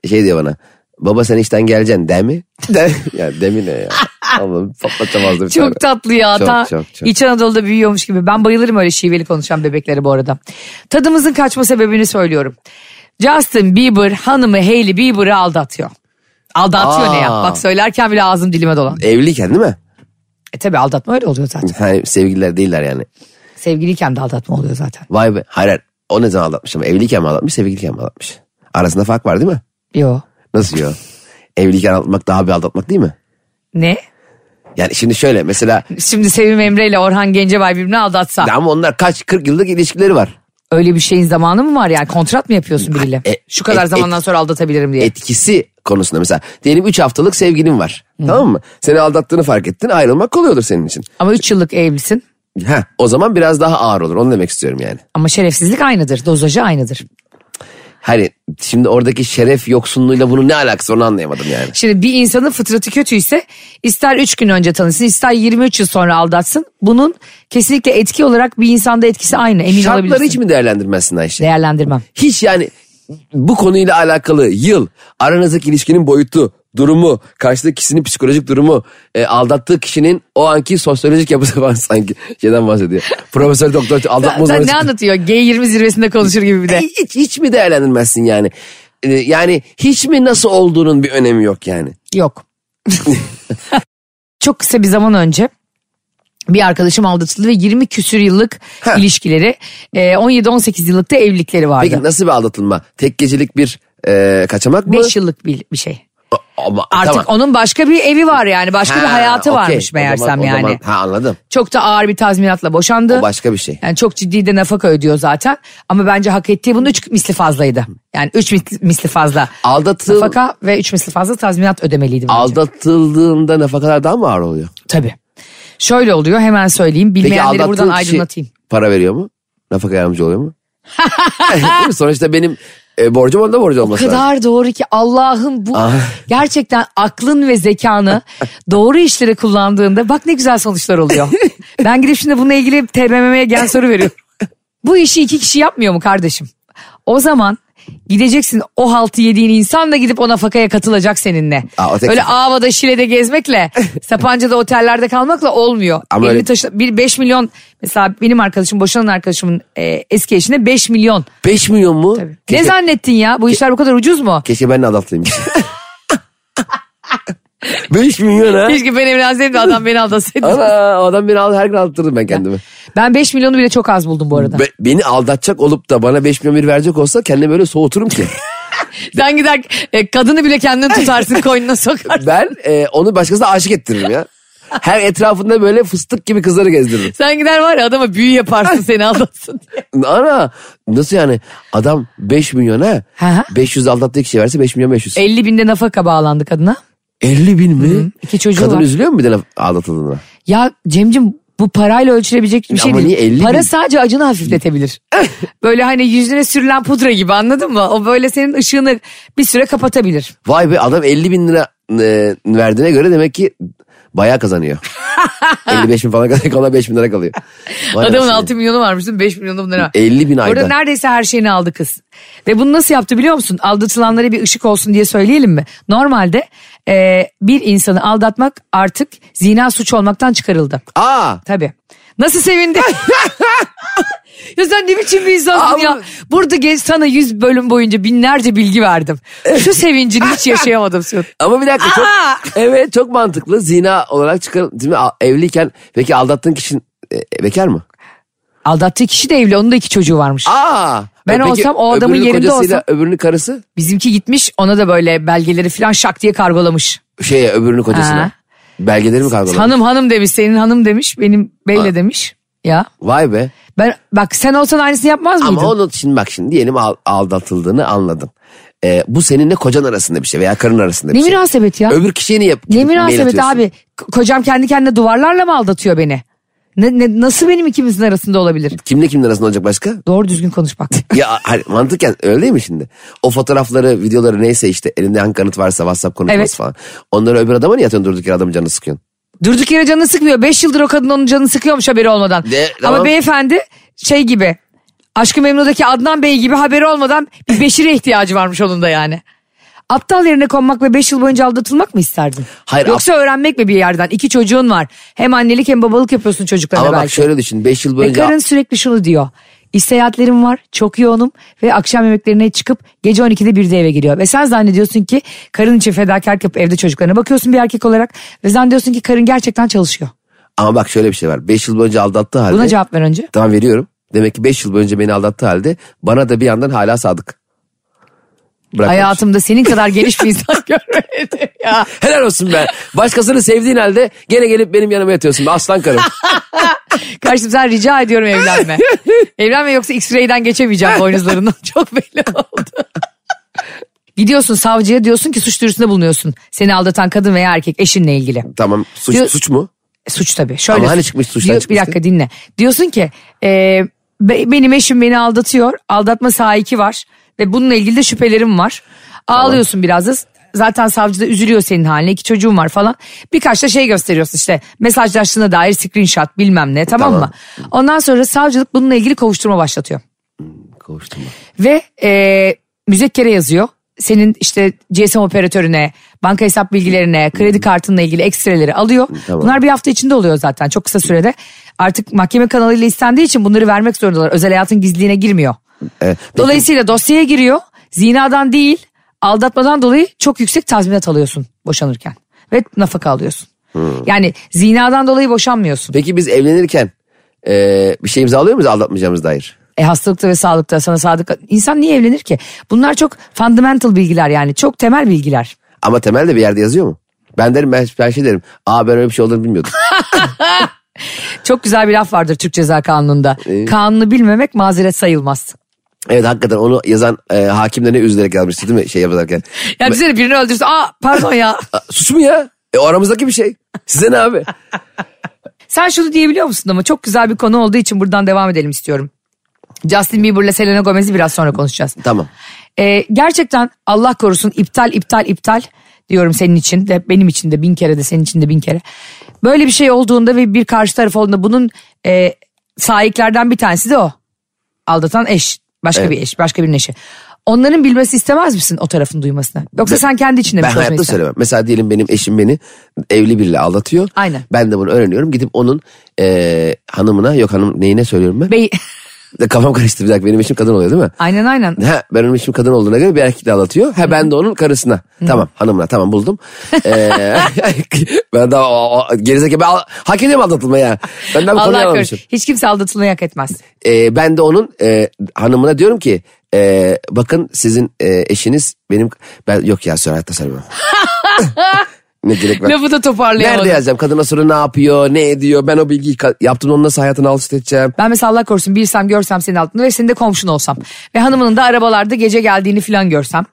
S4: Şey diyor bana. Baba sen işten geleceksin değil mi? De, ya demi ne ya? Allah'ım patlatacağım ağzını bir tane.
S3: Çok tatlı ya.
S4: Çok,
S3: Ta
S4: çok, çok.
S3: İç Anadolu'da büyüyormuş gibi. Ben bayılırım öyle şiveli konuşan bebeklere bu arada. Tadımızın kaçma sebebini söylüyorum. Justin Bieber hanımı Hailey Bieber'ı aldatıyor. Aldatıyor ne ya?
S4: Aa.
S3: Bak söylerken bile ağzım dilime dolan.
S4: Evliyken değil mi?
S3: E tabi aldatma öyle oluyor zaten.
S4: Yani sevgililer değiller yani.
S3: Sevgiliyken de aldatma oluyor zaten.
S4: Vay be. Hayır hayır. O ne zaman aldatmış ama evliyken mi aldatmış sevgiliyken mi aldatmış? Arasında fark var değil mi?
S3: Yo.
S4: Nasıl ya? evliyken aldatmak daha bir aldatmak değil mi?
S3: Ne?
S4: Yani şimdi şöyle mesela
S3: Şimdi Sevim Emre ile Orhan Gencebay birbirini aldatsa.
S4: ama onlar kaç 40 yıllık ilişkileri var.
S3: Öyle bir şeyin zamanı mı var yani? Kontrat mı yapıyorsun biriyle?
S4: E,
S3: Şu kadar
S4: et-
S3: zamandan sonra aldatabilirim diye.
S4: etkisi konusunda mesela diyelim 3 haftalık sevgilin var. Tamam mı? Seni aldattığını fark ettin ayrılmak kolay olur senin için.
S3: Ama 3 yıllık evlisin.
S4: Ha, o zaman biraz daha ağır olur onu demek istiyorum yani.
S3: Ama şerefsizlik aynıdır. Dozajı aynıdır.
S4: Hani şimdi oradaki şeref yoksunluğuyla bunun ne alakası onu anlayamadım yani.
S3: Şimdi bir insanın fıtratı kötüyse ister 3 gün önce tanısın ister 23 yıl sonra aldatsın. Bunun kesinlikle etki olarak bir insanda etkisi aynı emin
S4: Şartları
S3: olabilirsin.
S4: hiç mi değerlendirmezsin Ayşe?
S3: Değerlendirmem.
S4: Hiç yani bu konuyla alakalı yıl, aranızdaki ilişkinin boyutu, durumu, karşıdaki kişinin psikolojik durumu, e, aldattığı kişinin o anki sosyolojik yapısı var sanki. Şeyden bahsediyor. Profesör doktor aldatma
S3: Sen
S4: uzmanı
S3: ne
S4: çıktı.
S3: anlatıyor? G20 zirvesinde konuşur gibi bir de.
S4: Hiç, hiç mi değerlendirmezsin yani? Ee, Yani hiç mi nasıl olduğunun bir önemi yok yani?
S3: Yok. Çok kısa bir zaman önce bir arkadaşım aldatıldı ve 20 küsür yıllık
S4: Heh.
S3: ilişkileri e, 17-18 yıllık da evlilikleri
S4: Peki
S3: vardı.
S4: nasıl bir aldatılma? Tek gecelik bir e, kaçamak mı?
S3: 5 yıllık bir, bir şey.
S4: Ama,
S3: Artık
S4: tamam.
S3: onun başka bir evi var yani başka bir
S4: Ha,
S3: hayatı
S4: okey.
S3: varmış
S4: O zaman-
S3: meğersem
S4: o
S3: yani.
S4: zaman- ha anladım.
S3: Çok da ağır bir tazminatla boşandı.
S4: O başka bir şey.
S3: Yani çok ciddi de nafaka ödüyor zaten. Ama bence hak ettiği bunun üç misli fazlaydı. Yani üç misli, misli fazla.
S4: Aldatıl,
S3: Nafaka ve üç misli fazla tazminat ödemeliydi bence.
S4: aldatıldığında nafakalar daha mı ağır oluyor?
S3: Tabii. Şöyle oluyor hemen söyleyeyim. Bilmeyenleri
S4: aldattığı
S3: buradan
S4: kişi
S3: aydınlatayım.
S4: Para veriyor mu? Nafaka yardımcı oluyor mu? Değil mi? Sonuçta benim e, borcum onda borcu
S3: O
S4: olması lazım.
S3: kadar doğru ki Allah'ım bu
S4: Ah.
S3: gerçekten aklın ve zekanı doğru işlere kullandığında bak ne güzel sonuçlar oluyor. ben gidip şimdi bununla ilgili TBMM'ye gel soru veriyorum. bu işi iki kişi yapmıyor mu kardeşim? O zaman gideceksin o haltı yediğin insan da gidip o nafakaya katılacak seninle.
S4: Aa, o tek-
S3: Öyle Ava'da Şile'de gezmekle Sapanca'da otellerde kalmakla olmuyor.
S4: Ama
S3: Elini
S4: öyle-
S3: taşı- bir 5 milyon mesela benim arkadaşım boşanan arkadaşımın e, eski eşine 5 milyon
S4: 5 milyon mu?
S3: Tabii. Ne
S4: Keşke,
S3: zannettin ya? Bu işler bu kadar ucuz mu?
S4: keşke ben de aldatlıymış. 5 milyon ha?
S3: Keşke ben evlenseydim de adam beni aldatsaydı.
S4: Ana o adam beni al, her gün aldattırdım ben kendimi.
S3: Ben 5 milyonu bile çok az buldum bu arada.
S4: Be- beni aldatacak olup da bana 5 milyon bir verecek olsa kendimi öyle soğuturum ki.
S3: Sen gider e, kadını bile kendin tutarsın koynuna sokarsın.
S4: ben e, onu başkasına aşık ettiririm ya. Her etrafında böyle fıstık gibi kızları gezdiririm.
S3: Sen gider var ya adama büyü yaparsın seni aldatsın diye.
S4: Ana nasıl yani adam 5 milyona
S3: Hı hı.
S4: 500 aldattığı kişiye verse 5 milyon 500.
S3: 50 binde nafaka bağlandı kadına.
S4: 50 bin mi?
S3: iki çocuğu
S4: Kadın
S3: var.
S4: üzülüyor mu bir de aldatıldığına?
S3: Ya Cemcim bu parayla ölçülebilecek bir şey
S4: Ama
S3: değil.
S4: niye 50
S3: Para
S4: bin?
S3: sadece acını hafifletebilir. böyle hani yüzüne sürülen pudra gibi anladın mı? O böyle senin ışığını bir süre kapatabilir.
S4: Vay be adam 50 bin lira e, verdiğine göre demek ki Bayağı kazanıyor. 55 bin falan kazanıyor. Ona 5 bin lira kalıyor. Vay
S3: Adamın
S4: anasını.
S3: 6 milyonu varmış değil mi? 5 milyonu bunlara.
S4: 50 bin ayda.
S3: Orada neredeyse her şeyini aldı kız. Ve bunu nasıl yaptı biliyor musun? Aldatılanlara bir ışık olsun diye söyleyelim mi? Normalde e, bir insanı aldatmak artık zina suç olmaktan çıkarıldı.
S4: Aa!
S3: Tabii. Nasıl sevindi? ya sen ne biçim bir insansın
S4: Aa,
S3: ya. Burada genç sana 100 bölüm boyunca binlerce bilgi verdim. Şu sevincini hiç yaşayamadım. Suat.
S4: Ama bir dakika çok,
S3: Aa!
S4: evet çok mantıklı. Zina olarak çıkar, değil mi? A- Evliyken peki aldattığın kişinin e, bekar mı?
S3: Aldattığı kişi de evli. Onun da iki çocuğu varmış.
S4: Aa!
S3: Ben olsam o adamın
S4: öbürünün
S3: yerinde
S4: kocasıyla
S3: olsam-
S4: Öbürünün karısı
S3: Bizimki gitmiş ona da böyle belgeleri falan şak diye kargolamış.
S4: şeye öbürünün kocasına.
S3: Ha.
S4: Belgeleri mi kavgalar?
S3: Hanım hanım demiş senin hanım demiş benim beyle
S4: Ha.
S3: demiş. Ya
S4: Vay be.
S3: ben bak sen olsan aynısını yapmaz mıydın?
S4: Ama onun şimdi bak şimdi diyelim al- aldatıldığını anladın. Ee, bu seninle kocan arasında bir şey veya karın arasında bir
S3: ne
S4: şey.
S3: münasebet ya.
S4: Öbür kişiye niye
S3: ne
S4: mail
S3: münasebet
S4: atıyorsun?
S3: abi. K- Kocam kendi kendine duvarlarla mı aldatıyor beni? Ne, ne- nasıl benim ikimizin arasında olabilir?
S4: Kimle kimin arasında olacak başka?
S3: Doğru düzgün konuş bak.
S4: Ya hani mantıken öyle değil mi şimdi? O fotoğrafları, videoları neyse işte elinde hangi kanıt varsa WhatsApp konuşması
S3: Evet.
S4: falan. Onları öbür adama niye atıyorsun durduk yere adamın canını sıkıyorsun?
S3: Durduk yere canını sıkmıyor. Beş yıldır o kadın onun canını sıkıyormuş haberi olmadan.
S4: De,
S3: Ama
S4: tamam.
S3: beyefendi şey gibi Aşkı Memnu'daki Adnan Bey gibi haberi olmadan bir beşire ihtiyacı varmış onun da yani. Aptal yerine konmak ve beş yıl boyunca aldatılmak mı isterdin?
S4: Hayır,
S3: Yoksa öğrenmek mi bir yerden? İki çocuğun var. Hem annelik hem babalık yapıyorsun çocuklarına
S4: Ama bak
S3: belki.
S4: şöyle düşün 5 yıl
S3: Ve
S4: boyunca...
S3: karın sürekli şunu diyor. İş seyahatlerim var, çok yoğunum ve akşam yemeklerine çıkıp gece 12'de 1'de eve giriyor. Ve sen zannediyorsun ki karın için fedakarlık yapıp evde çocuklarına bakıyorsun bir erkek olarak. Ve zannediyorsun ki karın gerçekten çalışıyor.
S4: Ama bak şöyle bir şey var 5 yıl boyunca aldattığı halde...
S3: Buna cevap ver önce.
S4: Tamam veriyorum. Demek ki 5 yıl boyunca beni aldattığı halde bana da bir yandan hala sadık. Bırakmamış.
S3: Hayatımda senin kadar geniş bir insan görmedim ya.
S4: Helal olsun be. Başkasını sevdiğin halde gene gelip benim yanıma yatıyorsun. be Aslan karım.
S3: Karşım sen rica ediyorum evlenme. evlenme yoksa X-ray'den geçemeyeceğim boynuzlarından. Çok belli oldu. Gidiyorsun savcıya diyorsun ki suç duyurusunda bulunuyorsun. Seni aldatan kadın veya erkek eşinle ilgili.
S4: tamam suç,
S3: Diyor-
S4: suç mu?
S3: Suç tabii. Şöyle
S4: Ama hani çıkmış, suçtan
S3: Diyor- Bir
S4: çıkmıştı.
S3: dakika dinle. Diyorsun ki e, be- benim eşim beni aldatıyor. Aldatma sahiki var. Ve bununla ilgili de şüphelerim var. Ağlıyorsun biraz da. Zaten savcı da üzülüyor senin haline. İki çocuğun var falan. Birkaç da şey gösteriyorsun işte. Mesajlaştığına dair screenshot bilmem ne tamam,
S4: Tamam.
S3: mı? Ondan sonra savcılık bununla ilgili kovuşturma başlatıyor.
S4: Kovuştum.
S3: Ve e, müzekkere yazıyor. Senin işte GSM operatörüne, banka hesap bilgilerine, kredi kartınla ilgili ekstreleri alıyor.
S4: tamam.
S3: Bunlar bir hafta içinde oluyor zaten çok kısa sürede. Artık mahkeme kanalıyla istendiği için bunları vermek zorundalar. Özel hayatın gizliliğine girmiyor. Dolayısıyla dosyaya giriyor. Zinadan değil, aldatmadan dolayı çok yüksek tazminat alıyorsun boşanırken. Ve nafaka alıyorsun. Yani zinadan dolayı boşanmıyorsun.
S4: Peki biz evlenirken e, bir şey imzalıyor muyuz aldatmayacağımız dair?
S3: E, hastalıkta ve sağlıkta sana sadık insan niye evlenir ki? Bunlar çok fundamental bilgiler yani çok temel bilgiler.
S4: Ama temelde bir yerde yazıyor mu? Ben derim ben, ben şey derim. Aa ben öyle bir şey olduğunu bilmiyordum.
S3: Çok güzel bir laf vardır Türk Ceza Kanunu'nda. Kanunu bilmemek mazeret sayılmaz.
S4: evet hakikaten onu yazan e, hakim de ne üzülerek yazmıştı değil mi şey yaparken?
S3: Yani bize de birini öldürse aa pardon ya.
S4: Aa, suç mu ya? E, o aramızdaki bir şey. Size ne abi?
S3: Sen şunu diyebiliyor musun ama çok güzel bir konu olduğu için buradan devam edelim istiyorum. Justin Bieber'la Selena Gomez'i biraz sonra konuşacağız.
S4: tamam.
S3: Ee, gerçekten Allah korusun iptal iptal iptal diyorum senin için de benim için de bin kere de senin için de bin kere. Böyle bir şey olduğunda ve bir karşı taraf olduğunda bunun e, sahiplerden bir tanesi de o. Aldatan eş. Başka
S4: Evet.
S3: bir eş. Başka birinin eşi. Onların bilmesi istemez misin o tarafın duymasını? Yoksa sen kendi içinde mi
S4: Ben
S3: çözmek
S4: hayatta
S3: istersin?
S4: söylemem. Mesela diyelim benim eşim beni evli biriyle aldatıyor.
S3: Aynen.
S4: Ben de bunu öğreniyorum. Gidip onun e, hanımına yok hanım neyine söylüyorum ben?
S3: Bey-
S4: Kafam karıştı bir dakika benim eşim kadın oluyor değil mi?
S3: aynen aynen.
S4: Ha, ben onun eşim kadın olduğuna göre bir erkekle aldatıyor. Ha ben de onun karısına. Tamam hanımına tamam buldum. Ee, ben daha o, o, gerizekalı ben al- hak ediyorum aldatılmayı ya. Ben daha bu konuyu
S3: Allah
S4: anlamamışım.
S3: korusun. Hiç kimse aldatılmayı hak etmez.
S4: Ee, ben de onun e, hanımına diyorum ki e, bakın sizin e, eşiniz benim ben yok ya söyle hayatta söylemem. ne gerek var?
S3: Lafı da toparlayamadım.
S4: Nerede yazacağım? Kadına soru ne yapıyor, ne ediyor? Ben o bilgiyi ka- yaptım onu nasıl hayatına alışık edeceğim?
S3: Ben mesela Allah korusun birsem görsem senin altında ve senin de komşun olsam. Ve hanımının da arabalarda gece geldiğini falan görsem.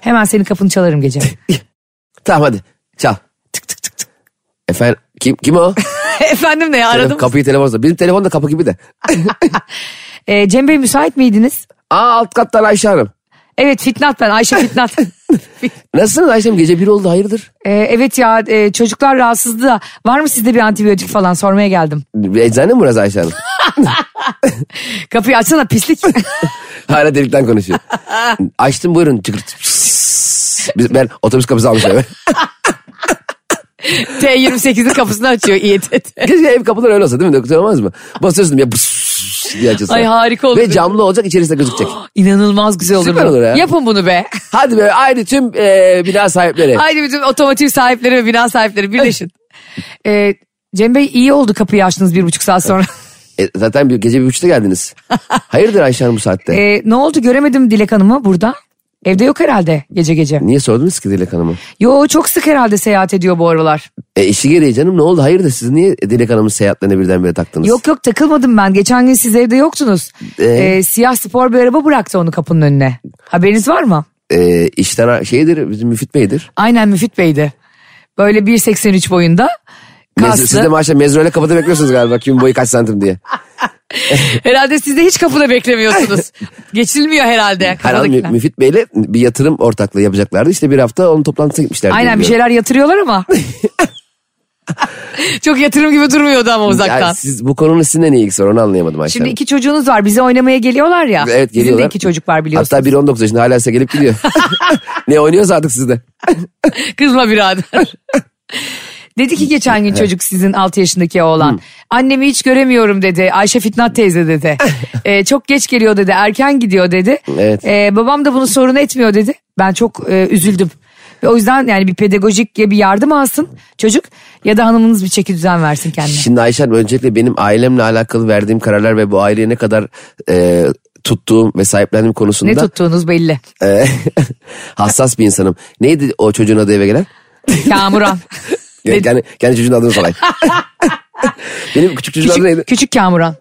S3: Hemen senin kapını çalarım gece.
S4: Tamam hadi çal.
S3: tık tık tık tık.
S4: Efendim kim, kim o?
S3: Efendim ne ya aradım.
S4: Kapıyı telefonla. Benim telefon da kapı gibi de.
S3: Ee, Cem Bey müsait miydiniz?
S4: Aa alt kattan Ayşe Hanım.
S3: Evet Fitnat ben Ayşe Fitnat.
S4: Nasılsınız Ayşem gece bir oldu hayırdır?
S3: Ee, evet ya e, çocuklar rahatsızdı da var mı sizde bir antibiyotik falan sormaya geldim.
S4: Bir eczane mi burası Ayşe Hanım?
S3: Kapıyı açsana pislik.
S4: Hala delikten konuşuyor. Açtım buyurun çıkırt. Biz- ben otobüs kapısı almışım eve.
S3: T28'in kapısını açıyor İETT.
S4: Keşke ev kapıları öyle olsa değil mi? Doktor olmaz mı? Basıyorsun ya pıs diye açılsa.
S3: Ay harika olur.
S4: Ve camlı olacak içerisinde gözükecek.
S3: İnanılmaz güzel olur.
S4: Süper
S3: bu.
S4: olur ya.
S3: Yapın bunu be.
S4: Hadi be ayrı tüm e, bina sahipleri.
S3: Haydi bütün otomotiv sahipleri ve bina sahipleri birleşin. Ee, Cem Bey iyi oldu kapıyı açtınız bir buçuk saat sonra.
S4: E, zaten bir, gece bir buçukta geldiniz. Hayırdır Ayşe Hanım bu saatte?
S3: Ee, ne oldu göremedim Dilek Hanım'ı burada. Evde yok herhalde gece gece.
S4: Niye sordunuz ki Dilek Hanım'ı?
S3: Yo çok sık herhalde seyahat ediyor bu aralar.
S4: E, işi gereği canım ne oldu? Hayırdır siz niye Dilek Hanım'ın seyahatlerine birdenbire taktınız?
S3: Yok yok takılmadım ben. Geçen gün siz evde yoktunuz.
S4: Ee?
S3: Ee, siyah spor bir araba bıraktı onu kapının önüne. Haberiniz var mı?
S4: E, işten şeydir bizim Müfit Bey'dir.
S3: Aynen Müfit Bey'di. Böyle 1.83 boyunda.
S4: Mezur-
S3: Kaslı.
S4: siz de maşallah mezurayla kapıda bekliyorsunuz galiba kimin boyu kaç santim diye.
S3: Herhalde siz de hiç kapıda beklemiyorsunuz. Geçilmiyor herhalde.
S4: Her an Mü-
S3: kapıdakiler.
S4: Müfit Bey'le bir yatırım ortaklığı yapacaklardı. İşte bir hafta onun toplantısına gitmişlerdi.
S3: Aynen bir şeyler yatırıyorlar ama. Çok yatırım gibi durmuyordu ama uzaktan.
S4: Yani siz bu konunun sizinle ne ilgisi var onu anlayamadım Ayşe
S3: Şimdi
S4: Hanım.
S3: iki çocuğunuz var. Bize oynamaya geliyorlar ya.
S4: Evet geliyorlar.
S3: Bizim de iki çocuk var biliyorsun.
S4: Hatta biri 19 yaşında hala size gelip gidiyor. ne oynuyorsa artık sizde.
S3: Kızma birader. dedi ki geçen gün çocuk sizin 6 yaşındaki oğlan. Annemi hiç göremiyorum dedi. Ayşe Fitnat teyze dedi. Ee, çok geç geliyor dedi. Erken gidiyor dedi.
S4: Evet.
S3: Ee, babam da bunu sorun etmiyor dedi. Ben çok e, üzüldüm. Ve o yüzden yani bir pedagojik ya bir yardım alsın çocuk ya da hanımınız bir çeki düzen versin kendine.
S4: Şimdi Ayşe Hanım öncelikle benim ailemle alakalı verdiğim kararlar ve bu aileye ne kadar e, tuttuğum ve sahiplendiğim
S3: ne
S4: konusunda
S3: tuttuğunuz belli.
S4: e, hassas bir insanım. Neydi o çocuğun adı eve gelen?
S3: Kamuran.
S4: Yani, kendi- kendi çocuğun adını soray. benim küçük çocuğun adı neydi?
S3: küçük, küçük Kamuran.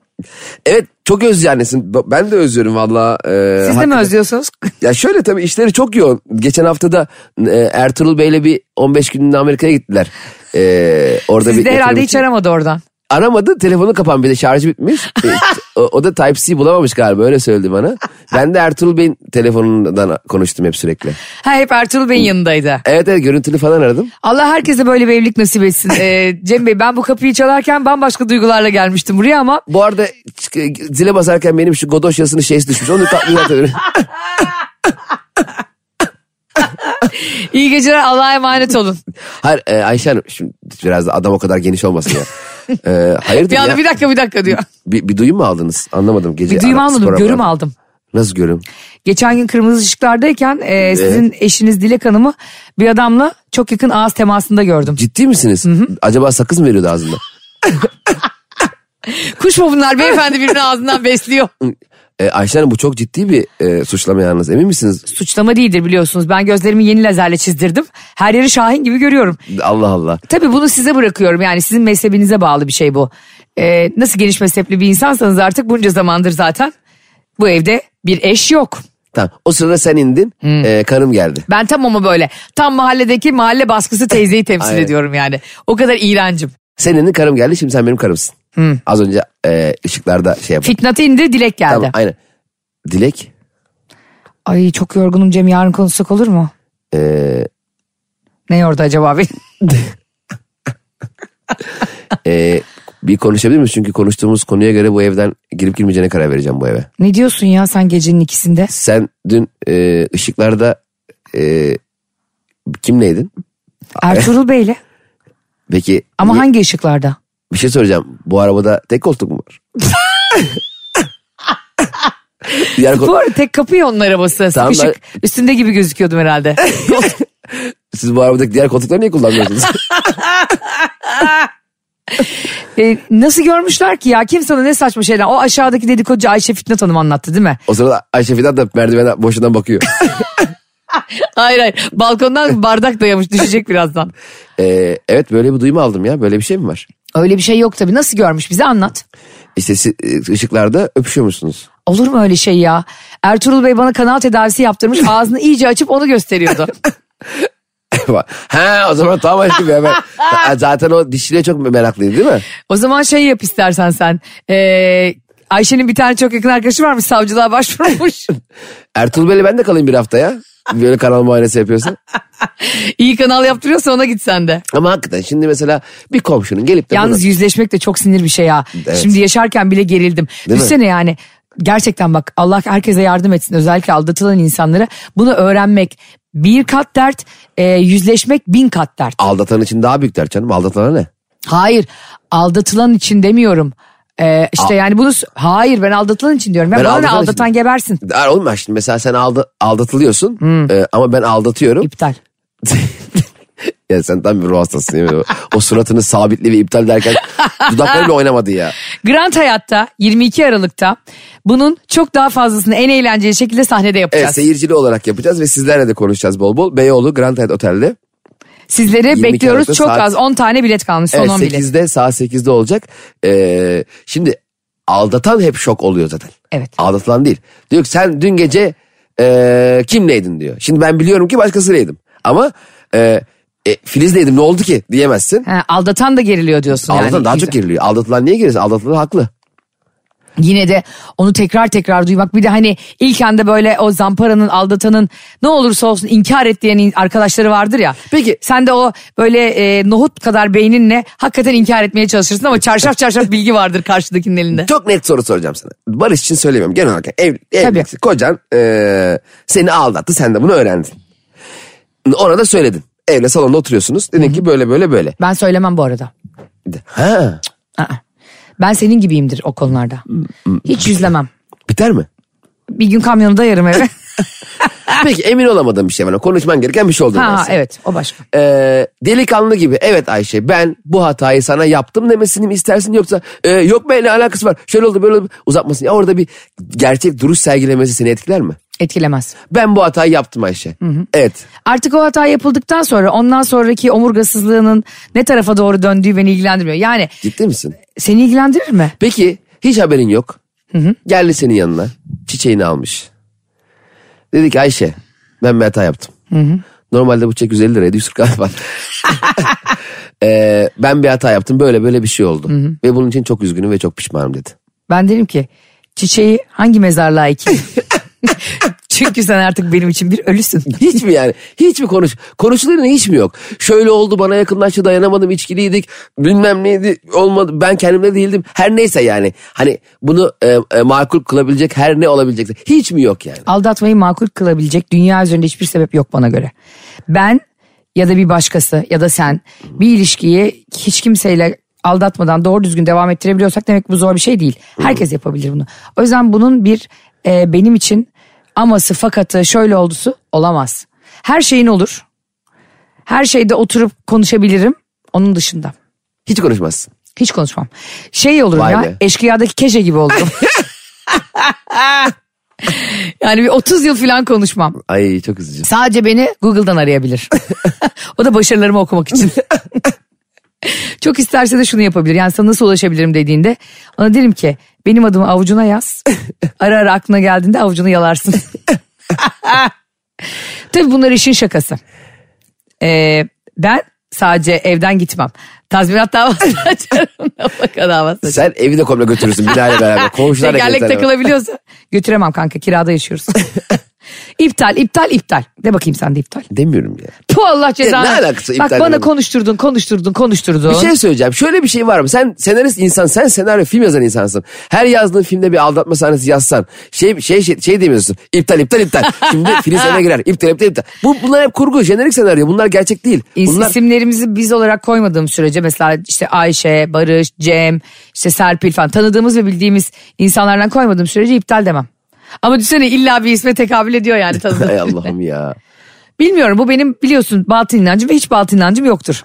S4: Evet çok özlüyor annesini. Ben de özlüyorum valla. E,
S3: Siz de mi
S4: hakikaten.
S3: özlüyorsunuz?
S4: Ya şöyle tabii işleri çok yoğun. Geçen hafta da e, Ertuğrul Bey'le bir 15 günlüğüne Amerika'ya gittiler. E, orada
S3: Siz
S4: bir
S3: de herhalde
S4: yatırım
S3: hiç
S4: için.
S3: aramadı oradan.
S4: Aramadı telefonu kapan bir de şarjı bitmiş. E, o, o da Type-C bulamamış galiba öyle söyledi bana. Ben de Ertuğrul Bey'in telefonundan konuştum hep sürekli.
S3: Ha hep Ertuğrul Bey'in yanındaydı.
S4: Evet evet görüntülü falan aradım.
S3: Allah herkese böyle bir evlilik nasip etsin. Ee, Cem Bey ben bu kapıyı çalarken bambaşka duygularla gelmiştim buraya ama
S4: Bu arada çık- zile basarken benim şu godoş yasının şeysi düşmüş. Onu tatlılat öyle.
S3: iyi geceler Allah'a emanet olun.
S4: Hayır e, Ayşe Hanım şimdi biraz da adam o kadar geniş olmasın ya. E, hayırdır
S3: Bir
S4: ya?
S3: anda bir dakika bir dakika diyor.
S4: Bir, bir duyum mu aldınız? Anlamadım. Gece
S3: Bir duyum
S4: ara-
S3: almadım
S4: spor
S3: görüm
S4: yapmadım.
S3: aldım.
S4: Nasıl görüm?
S3: Geçen gün kırmızı ışıklardayken e, sizin eşiniz Dilek Hanım'ı bir adamla çok yakın ağız temasında gördüm.
S4: Ciddi misiniz? Acaba sakız mı veriyordu ağzında?
S3: Kuş mu bunlar beyefendi birbirinin ağzından besliyor.
S4: E, Ayşe Hanım bu çok ciddi bir e, suçlama yalnız emin misiniz?
S3: Suçlama değildir biliyorsunuz ben gözlerimi yeni lazerle çizdirdim. Her yeri Şahin gibi görüyorum.
S4: Allah Allah.
S3: Tabii bunu size bırakıyorum yani sizin mezhebinize bağlı bir şey bu. Ee, nasıl geniş mezhepli bir insansanız artık bunca zamandır zaten bu evde bir eş yok.
S4: Tamam o sırada sen indin e, karım geldi.
S3: Ben tam ama böyle tam mahalledeki mahalle baskısı teyzeyi temsil
S4: Aynen.
S3: ediyorum yani. O kadar iğrencim.
S4: Sen indin karım geldi şimdi sen benim karımsın. Az önce e, ışıklarda şey yaptın.
S3: Fitnatı indi dilek geldi.
S4: Tamam aynen. Dilek
S3: Ay çok yorgunum Cem yarın konuşsak olur mu?
S4: e,
S3: Ne yordu acaba beni?
S4: e, bir konuşabilir miyiz? Çünkü konuştuğumuz konuya göre bu evden girip girmeyeceğine karar vereceğim bu eve.
S3: ne diyorsun ya sen gecenin ikisinde?
S4: Sen dün e, ışıklarda e, kimleydin?
S3: Ertuğrul Bey'le.
S4: Peki
S3: Ama
S4: niye-
S3: hangi ışıklarda?
S4: bir şey soracağım. Bu arabada tek koltuk mu var? Diğer kol-
S3: Bu arada tek kapı ya onun arabası.
S4: Tamam,
S3: Sıkışık. Üstünde gibi gözüküyordum herhalde.
S4: Siz bu arabadaki diğer koltukları niye kullanmıyorsunuz?
S3: E, nasıl görmüşler ki ya? Kim sana ne saçma şeyler? O aşağıdaki dedikoducu Ayşe Fitnat Hanım anlattı değil mi?
S4: o sırada Ayşe Fidan da merdivenden boşundan bakıyor.
S3: Hayır hayır. Balkondan bardak dayamış düşecek birazdan.
S4: Ee, evet böyle bir duyumu aldım ya. Böyle bir şey mi var?
S3: Öyle bir şey yok tabii. Nasıl görmüş? Bize anlat.
S4: İşte si- e, ışıklarda öpüşüyormuşsunuz.
S3: Olur mu öyle şey ya? Ertuğrul Bey bana kanal tedavisi yaptırmış. Ağzını iyice açıp onu gösteriyordu.
S4: ha o zaman tamam aşkım ya ben. Ha, Zaten o dişçiliğe çok meraklıydı değil mi?
S3: O zaman şey yap istersen sen. Ee, Ayşe'nin bir tane çok yakın arkadaşı varmış savcılığa başvurmuş.
S4: Ertuğrul Bey'le ben de kalayım bir haftaya. Böyle kanal muayenesi yapıyorsa.
S3: İyi kanal yaptırıyorsa ona git sen de.
S4: Ama hakikaten şimdi mesela bir komşunun gelip de...
S3: Yalnız
S4: bana-
S3: yüzleşmek de çok sinir bir şey ya.
S4: Evet.
S3: Şimdi yaşarken bile gerildim.
S4: Değil mi?
S3: Düşsene yani. Gerçekten bak Allah herkese yardım etsin özellikle aldatılan insanlara. Bunu öğrenmek bir kat dert, e, yüzleşmek bin kat dert.
S4: Aldatan için daha büyük dert canım. Aldatana ne?
S3: Hayır aldatılan için demiyorum. E, işte yani bunu s- hayır ben aldatılan için diyorum. Ben,
S4: Ben
S3: bana ne
S4: aldatan için-
S3: aldatan gebersin.
S4: Der oğlum ben şimdi mesela sen alda- aldatılıyorsun e, ama ben aldatıyorum.
S3: İptal.
S4: ya sen tam bir ruh hastasın. yemin ediyorum. o suratını sabitli ve iptal derken dudakları bile oynamadı ya.
S3: Grant Hayat'ta 22 Aralık'ta bunun çok daha fazlasını en eğlenceli şekilde sahnede
S4: Evet
S3: yapacağız.
S4: seyircili olarak yapacağız ve sizlerle de konuşacağız bol bol. Beyoğlu Grand Hyatt Otel'de.
S3: Sizleri
S4: 22
S3: bekliyoruz
S4: Aralık'ta
S3: çok
S4: saat-
S3: az 10 tane bilet kalmış son
S4: Evet
S3: 10 bilet.
S4: 8'de saat 8'de olacak. E, şimdi aldatan hep şok oluyor zaten.
S3: Evet.
S4: Aldatılan değil. Diyor ki sen dün gece e, kimleydin diyor. Şimdi ben biliyorum ki başkasıylaydım. Ama e, e, Filiz'leydim ne oldu ki diyemezsin.
S3: Ha, aldatan da geriliyor diyorsun
S4: Aldatan
S3: yani.
S4: daha
S3: Güzel.
S4: çok geriliyor. Aldatılan niye gerilsin? Aldatılan haklı.
S3: Yine de onu tekrar tekrar duymak bir de hani ilk anda böyle o zamparanın aldatanın ne olursa olsun inkar et diyen in- arkadaşları vardır ya.
S4: Peki.
S3: Sen de o böyle e, nohut kadar beyninle hakikaten inkar etmeye çalışırsın ama çarşaf çarşaf bilgi vardır karşıdakinin elinde.
S4: Çok net soru soracağım sana. Barış için söylemiyorum. Genel olarak ev, evliliksin. Kocan e, seni aldattı. Sen de bunu öğrendin. Ona da söyledin. Evle salonda oturuyorsunuz. Dedin ki böyle böyle böyle.
S3: Ben söylemem bu arada.
S4: Ha,
S3: Aa. Ben senin gibiyimdir o konularda.
S4: Hmm,
S3: Hiç yüzlemem.
S4: biter mi?
S3: Bir gün kamyonda yarım eve.
S4: Peki emin olamadığım bir şey bana. Konuşman gereken bir şey olduğunu
S3: ha,
S4: ben
S3: ha,
S4: sana.
S3: evet o başka.
S4: E, delikanlı gibi evet Ayşe ben bu hatayı sana yaptım demesini mi istersin yoksa e, yok be ne alakası var şöyle oldu böyle oldu uzatmasın ya orada bir gerçek duruş sergilemesi seni etkiler mi?
S3: Etkilemez.
S4: Ben bu hatayı yaptım Ayşe. Evet.
S3: Artık o hata yapıldıktan sonra ondan sonraki omurgasızlığının ne tarafa doğru döndüğü beni ilgilendirmiyor. Yani
S4: Ciddi misin?
S3: seni ilgilendirir mi?
S4: Peki hiç haberin yok. Geldi senin yanına. Çiçeğini almış. Dedi ki Ayşe ben bir hata yaptım. Normalde bu çek 150 liraydı 140 lira var. Ee, ben bir hata yaptım böyle böyle bir şey oldu. Ve bunun için çok üzgünüm ve çok pişmanım dedi.
S3: Ben derim ki çiçeği hangi mezarlığa ekeyim? Çünkü sen artık benim için bir ölüsün.
S4: Hiç mi yani? Hiç mi konuş? Konuşuların hiç mi yok? Şöyle oldu bana yakınlaştı dayanamadım içkiliydik. Bilmem neydi olmadı. Ben kendimde değildim. Her neyse yani. Hani bunu e, e, makul kılabilecek her ne olabilecek. Hiç mi yok yani?
S3: Aldatmayı makul kılabilecek dünya üzerinde hiçbir sebep yok bana göre. Ben ya da bir başkası ya da sen bir ilişkiyi hiç kimseyle aldatmadan doğru düzgün devam ettirebiliyorsak demek ki bu zor bir şey değil. Herkes yapabilir bunu. O yüzden bunun bir e, benim için aması fakatı şöyle oldusu olamaz. Her şeyin olur. Her şeyde oturup konuşabilirim. Onun dışında.
S4: Hiç konuşmazsın.
S3: Hiç konuşmam. Şey olurum
S4: Vay
S3: ya
S4: be.
S3: eşkıyadaki keşe gibi olurum. yani bir 30 yıl falan konuşmam.
S4: Ay çok üzücü.
S3: Sadece beni Google'dan arayabilir. o da başarılarımı okumak için. Çok isterse de şunu yapabilir. Yani sana nasıl ulaşabilirim dediğinde ona derim ki benim adımı avucuna yaz. Ara ara aklına geldiğinde avucunu yalarsın. Tabii bunlar işin şakası. Ee, ben sadece evden gitmem. Tazminat davası açarım. Nafaka davası açarım.
S4: Sen evi de komple götürürsün binayla beraber. Komşularla
S3: Tekerlek
S4: gezerler.
S3: takılabiliyorsa. Götüremem kanka kirada yaşıyoruz. iptal iptal iptal. De bakayım sen de iptal.
S4: Demiyorum ya.
S3: Puh Allah cezanı.
S4: Ne alakası
S3: Bak
S4: iptal
S3: bana
S4: edelim.
S3: konuşturdun konuşturdun konuşturdun.
S4: Bir şey söyleyeceğim. Şöyle bir şey var mı? Sen senarist insan, sen senaryo film yazan insansın. Her yazdığın filmde bir aldatma sahnesi yazsan şey şey şey, şey demiyorsun. İptal iptal iptal. Şimdi Filiz öne girer. İptal iptal iptal. Bu bunlar hep kurgu, jenerik senaryo. Bunlar gerçek değil.
S3: İs-
S4: Bunlar
S3: İsimlerimizi biz olarak koymadığım sürece mesela işte Ayşe, Barış, Cem, işte Serpil falan tanıdığımız ve bildiğimiz insanlardan koymadığım sürece iptal demem. Ama düşünsene illa bir isme tekabül ediyor yani tanıdığım.
S4: Hay Allah'ım ya.
S3: Bilmiyorum bu benim biliyorsun batıl inancım ve hiç batıl inancım yoktur.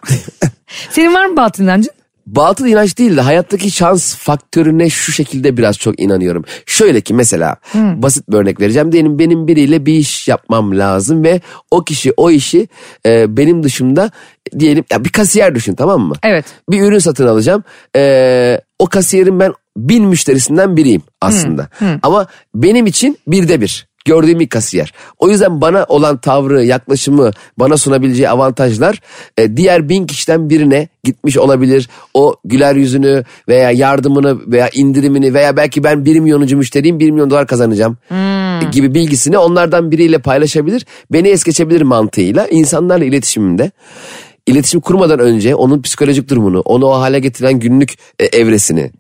S3: Senin var mı batıl inancın?
S4: Batıl inanç değil de hayattaki şans faktörüne şu şekilde biraz çok inanıyorum. Şöyle ki mesela basit bir örnek vereceğim. Diyelim benim biriyle bir iş yapmam lazım ve o kişi o işi e, benim dışımda diyelim ya bir kasiyer düşün tamam mı?
S3: Evet.
S4: Bir ürün satın alacağım. E, o kasiyerin ben bin müşterisinden biriyim aslında. Ama benim için birde bir. gördüğüm ilk kasiyer. O yüzden bana olan tavrı, yaklaşımı, bana sunabileceği avantajlar e, diğer bin kişiden birine gitmiş olabilir. O güler yüzünü veya yardımını veya indirimini veya belki ben 1 milyonuncu müşteriyim 1 milyon dolar kazanacağım gibi bilgisini onlardan biriyle paylaşabilir. Beni es geçebilir mantığıyla insanlarla iletişimimde iletişim kurmadan önce onun psikolojik durumunu, onu o hale getiren günlük e, evresini,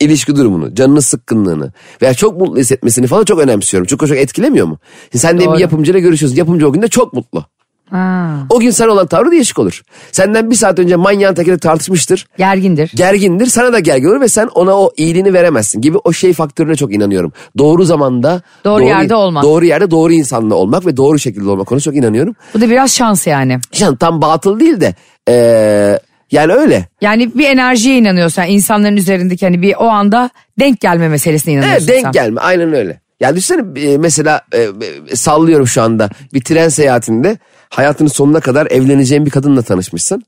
S4: ilişki durumunu, canının sıkkınlığını veya çok mutlu hissetmesini falan çok önemsiyorum. Çünkü o çok etkilemiyor mu? Şimdi sen de
S3: Doğru.
S4: bir yapımcıyla görüşüyorsun. Yapımcı o gün de çok mutlu.
S3: Ha,
S4: O gün sana olan tavrı değişik olur. Senden bir saat önce manyağın tekiyle tartışmıştır.
S3: gergindir.
S4: Gergindir sana da gergin olur ve sen ona o iyiliğini veremezsin gibi o şey faktörüne çok inanıyorum. Doğru zamanda
S3: Doğru yerde olmak.
S4: Doğru yerde doğru insanla olmak ve doğru şekilde olmak konusunda çok inanıyorum.
S3: Bu da biraz şans yani.
S4: Yani tam batıl değil de eee, yani öyle.
S3: Yani bir enerjiye inanıyorsan insanların üzerindeki hani bir o anda denk gelme meselesine inanıyorsun
S4: Evet, denk
S3: sen.
S4: gelme aynen öyle. Ya düşünsene e, mesela e, e, sallıyorum şu anda bir tren seyahatinde hayatının sonuna kadar evleneceğin bir kadınla tanışmışsın.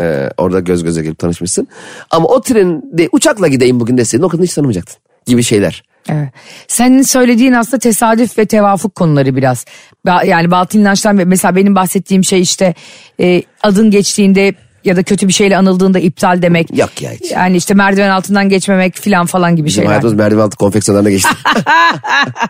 S4: E, orada göz göze gelip tanışmışsın. Ama o trende uçakla gideyim bugün deseydin o kadını hiç tanımayacaktın gibi şeyler.
S3: Evet. Senin söylediğin aslında tesadüf ve tevafuk konuları biraz. Ba- Yani batıl inançtan ve- mesela benim bahsettiğim şey işte e, adın geçtiğinde ya da kötü bir şeyle anıldığında iptal demek.
S4: Yok ya hiç.
S3: Yani işte merdiven altından geçmemek filan falan gibi
S4: Bizim
S3: şeyler.
S4: hayatımız merdiven altı konfeksiyonlarına geçti.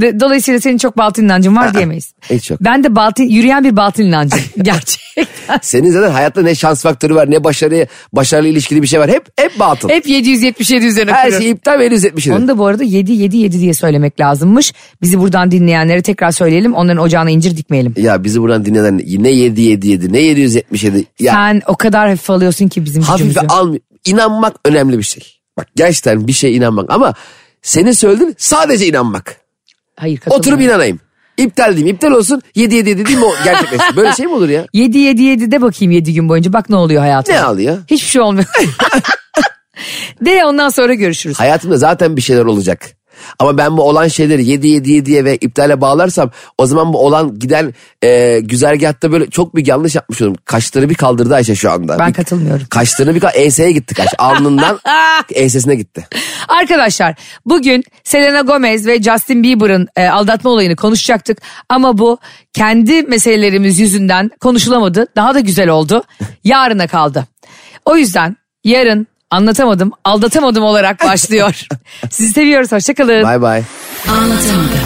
S3: Do- Dolayısıyla senin çok batıl inancın var diyemeyiz.
S4: hiç yok.
S3: Ben de batıl, yürüyen bir batıl inancım. Gerçekten.
S4: Senin zaten hayatta ne şans faktörü var ne başarı başarılı ilişkili bir şey var. Hep hep batıl.
S3: Hep 777 üzerine
S4: Her
S3: kuruyorum.
S4: şeyi iptal ve henüz etmişsin.
S3: Onu da bu arada 7 7 7 diye söylemek lazımmış. Bizi buradan dinleyenlere tekrar söyleyelim. Onların ocağına incir dikmeyelim.
S4: Ya bizi buradan dinleyenler ne 7 7 7 ne 777 ya
S3: Sen o kadar hafif alıyorsun ki bizim
S4: hafife
S3: gücümüzü.
S4: almıyor. İnanmak önemli bir şey. Bak gerçekten bir şeye inanmak ama senin söylediğin sadece
S3: E,
S4: inanmak.
S3: Hayır
S4: Oturup inanayım. İptal diyeyim iptal olsun 7 7 7 diyeyim o gerçekleşsin. Böyle şey mi olur ya?
S3: 7 7 7 de bakayım 7 gün boyunca. Bak ne oluyor hayatına.
S4: Ne alıyor?
S3: Hiçbir şey olmuyor. de ondan sonra görüşürüz.
S4: Hayatımda zaten bir şeyler olacak. Ama ben bu olan şeyleri 7 7 7'ye ve iptale bağlarsam o zaman bu olan giden e, güzergahta böyle çok bir yanlış yapmış olurum. Kaşları bir kaldırdı Ayşe şu anda.
S3: Ben
S4: Bir-
S3: katılmıyorum.
S4: Kaşlarını bir kaldırdı. ES'ye gitti kaş. Alnından ES'sine gitti.
S3: Arkadaşlar bugün Selena Gomez ve Justin Bieber'ın e, aldatma olayını konuşacaktık. Ama bu kendi meselelerimiz yüzünden konuşulamadı. Daha da güzel oldu. Yarına kaldı. O yüzden yarın anlatamadım aldatamadım olarak başlıyor. Sizi seviyoruz hoşçakalın.
S4: Bay bay.
S1: Anlatamadım.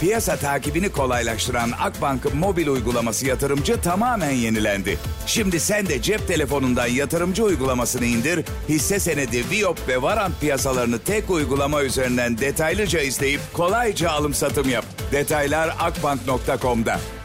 S5: Piyasa takibini kolaylaştıran Akbank mobil uygulaması yatırımcı tamamen yenilendi. Şimdi sen de cep telefonundan yatırımcı uygulamasını indir, hisse senedi, Viyop ve Varant piyasalarını tek uygulama üzerinden detaylıca izleyip kolayca alım satım yap. Detaylar akbank.com'da.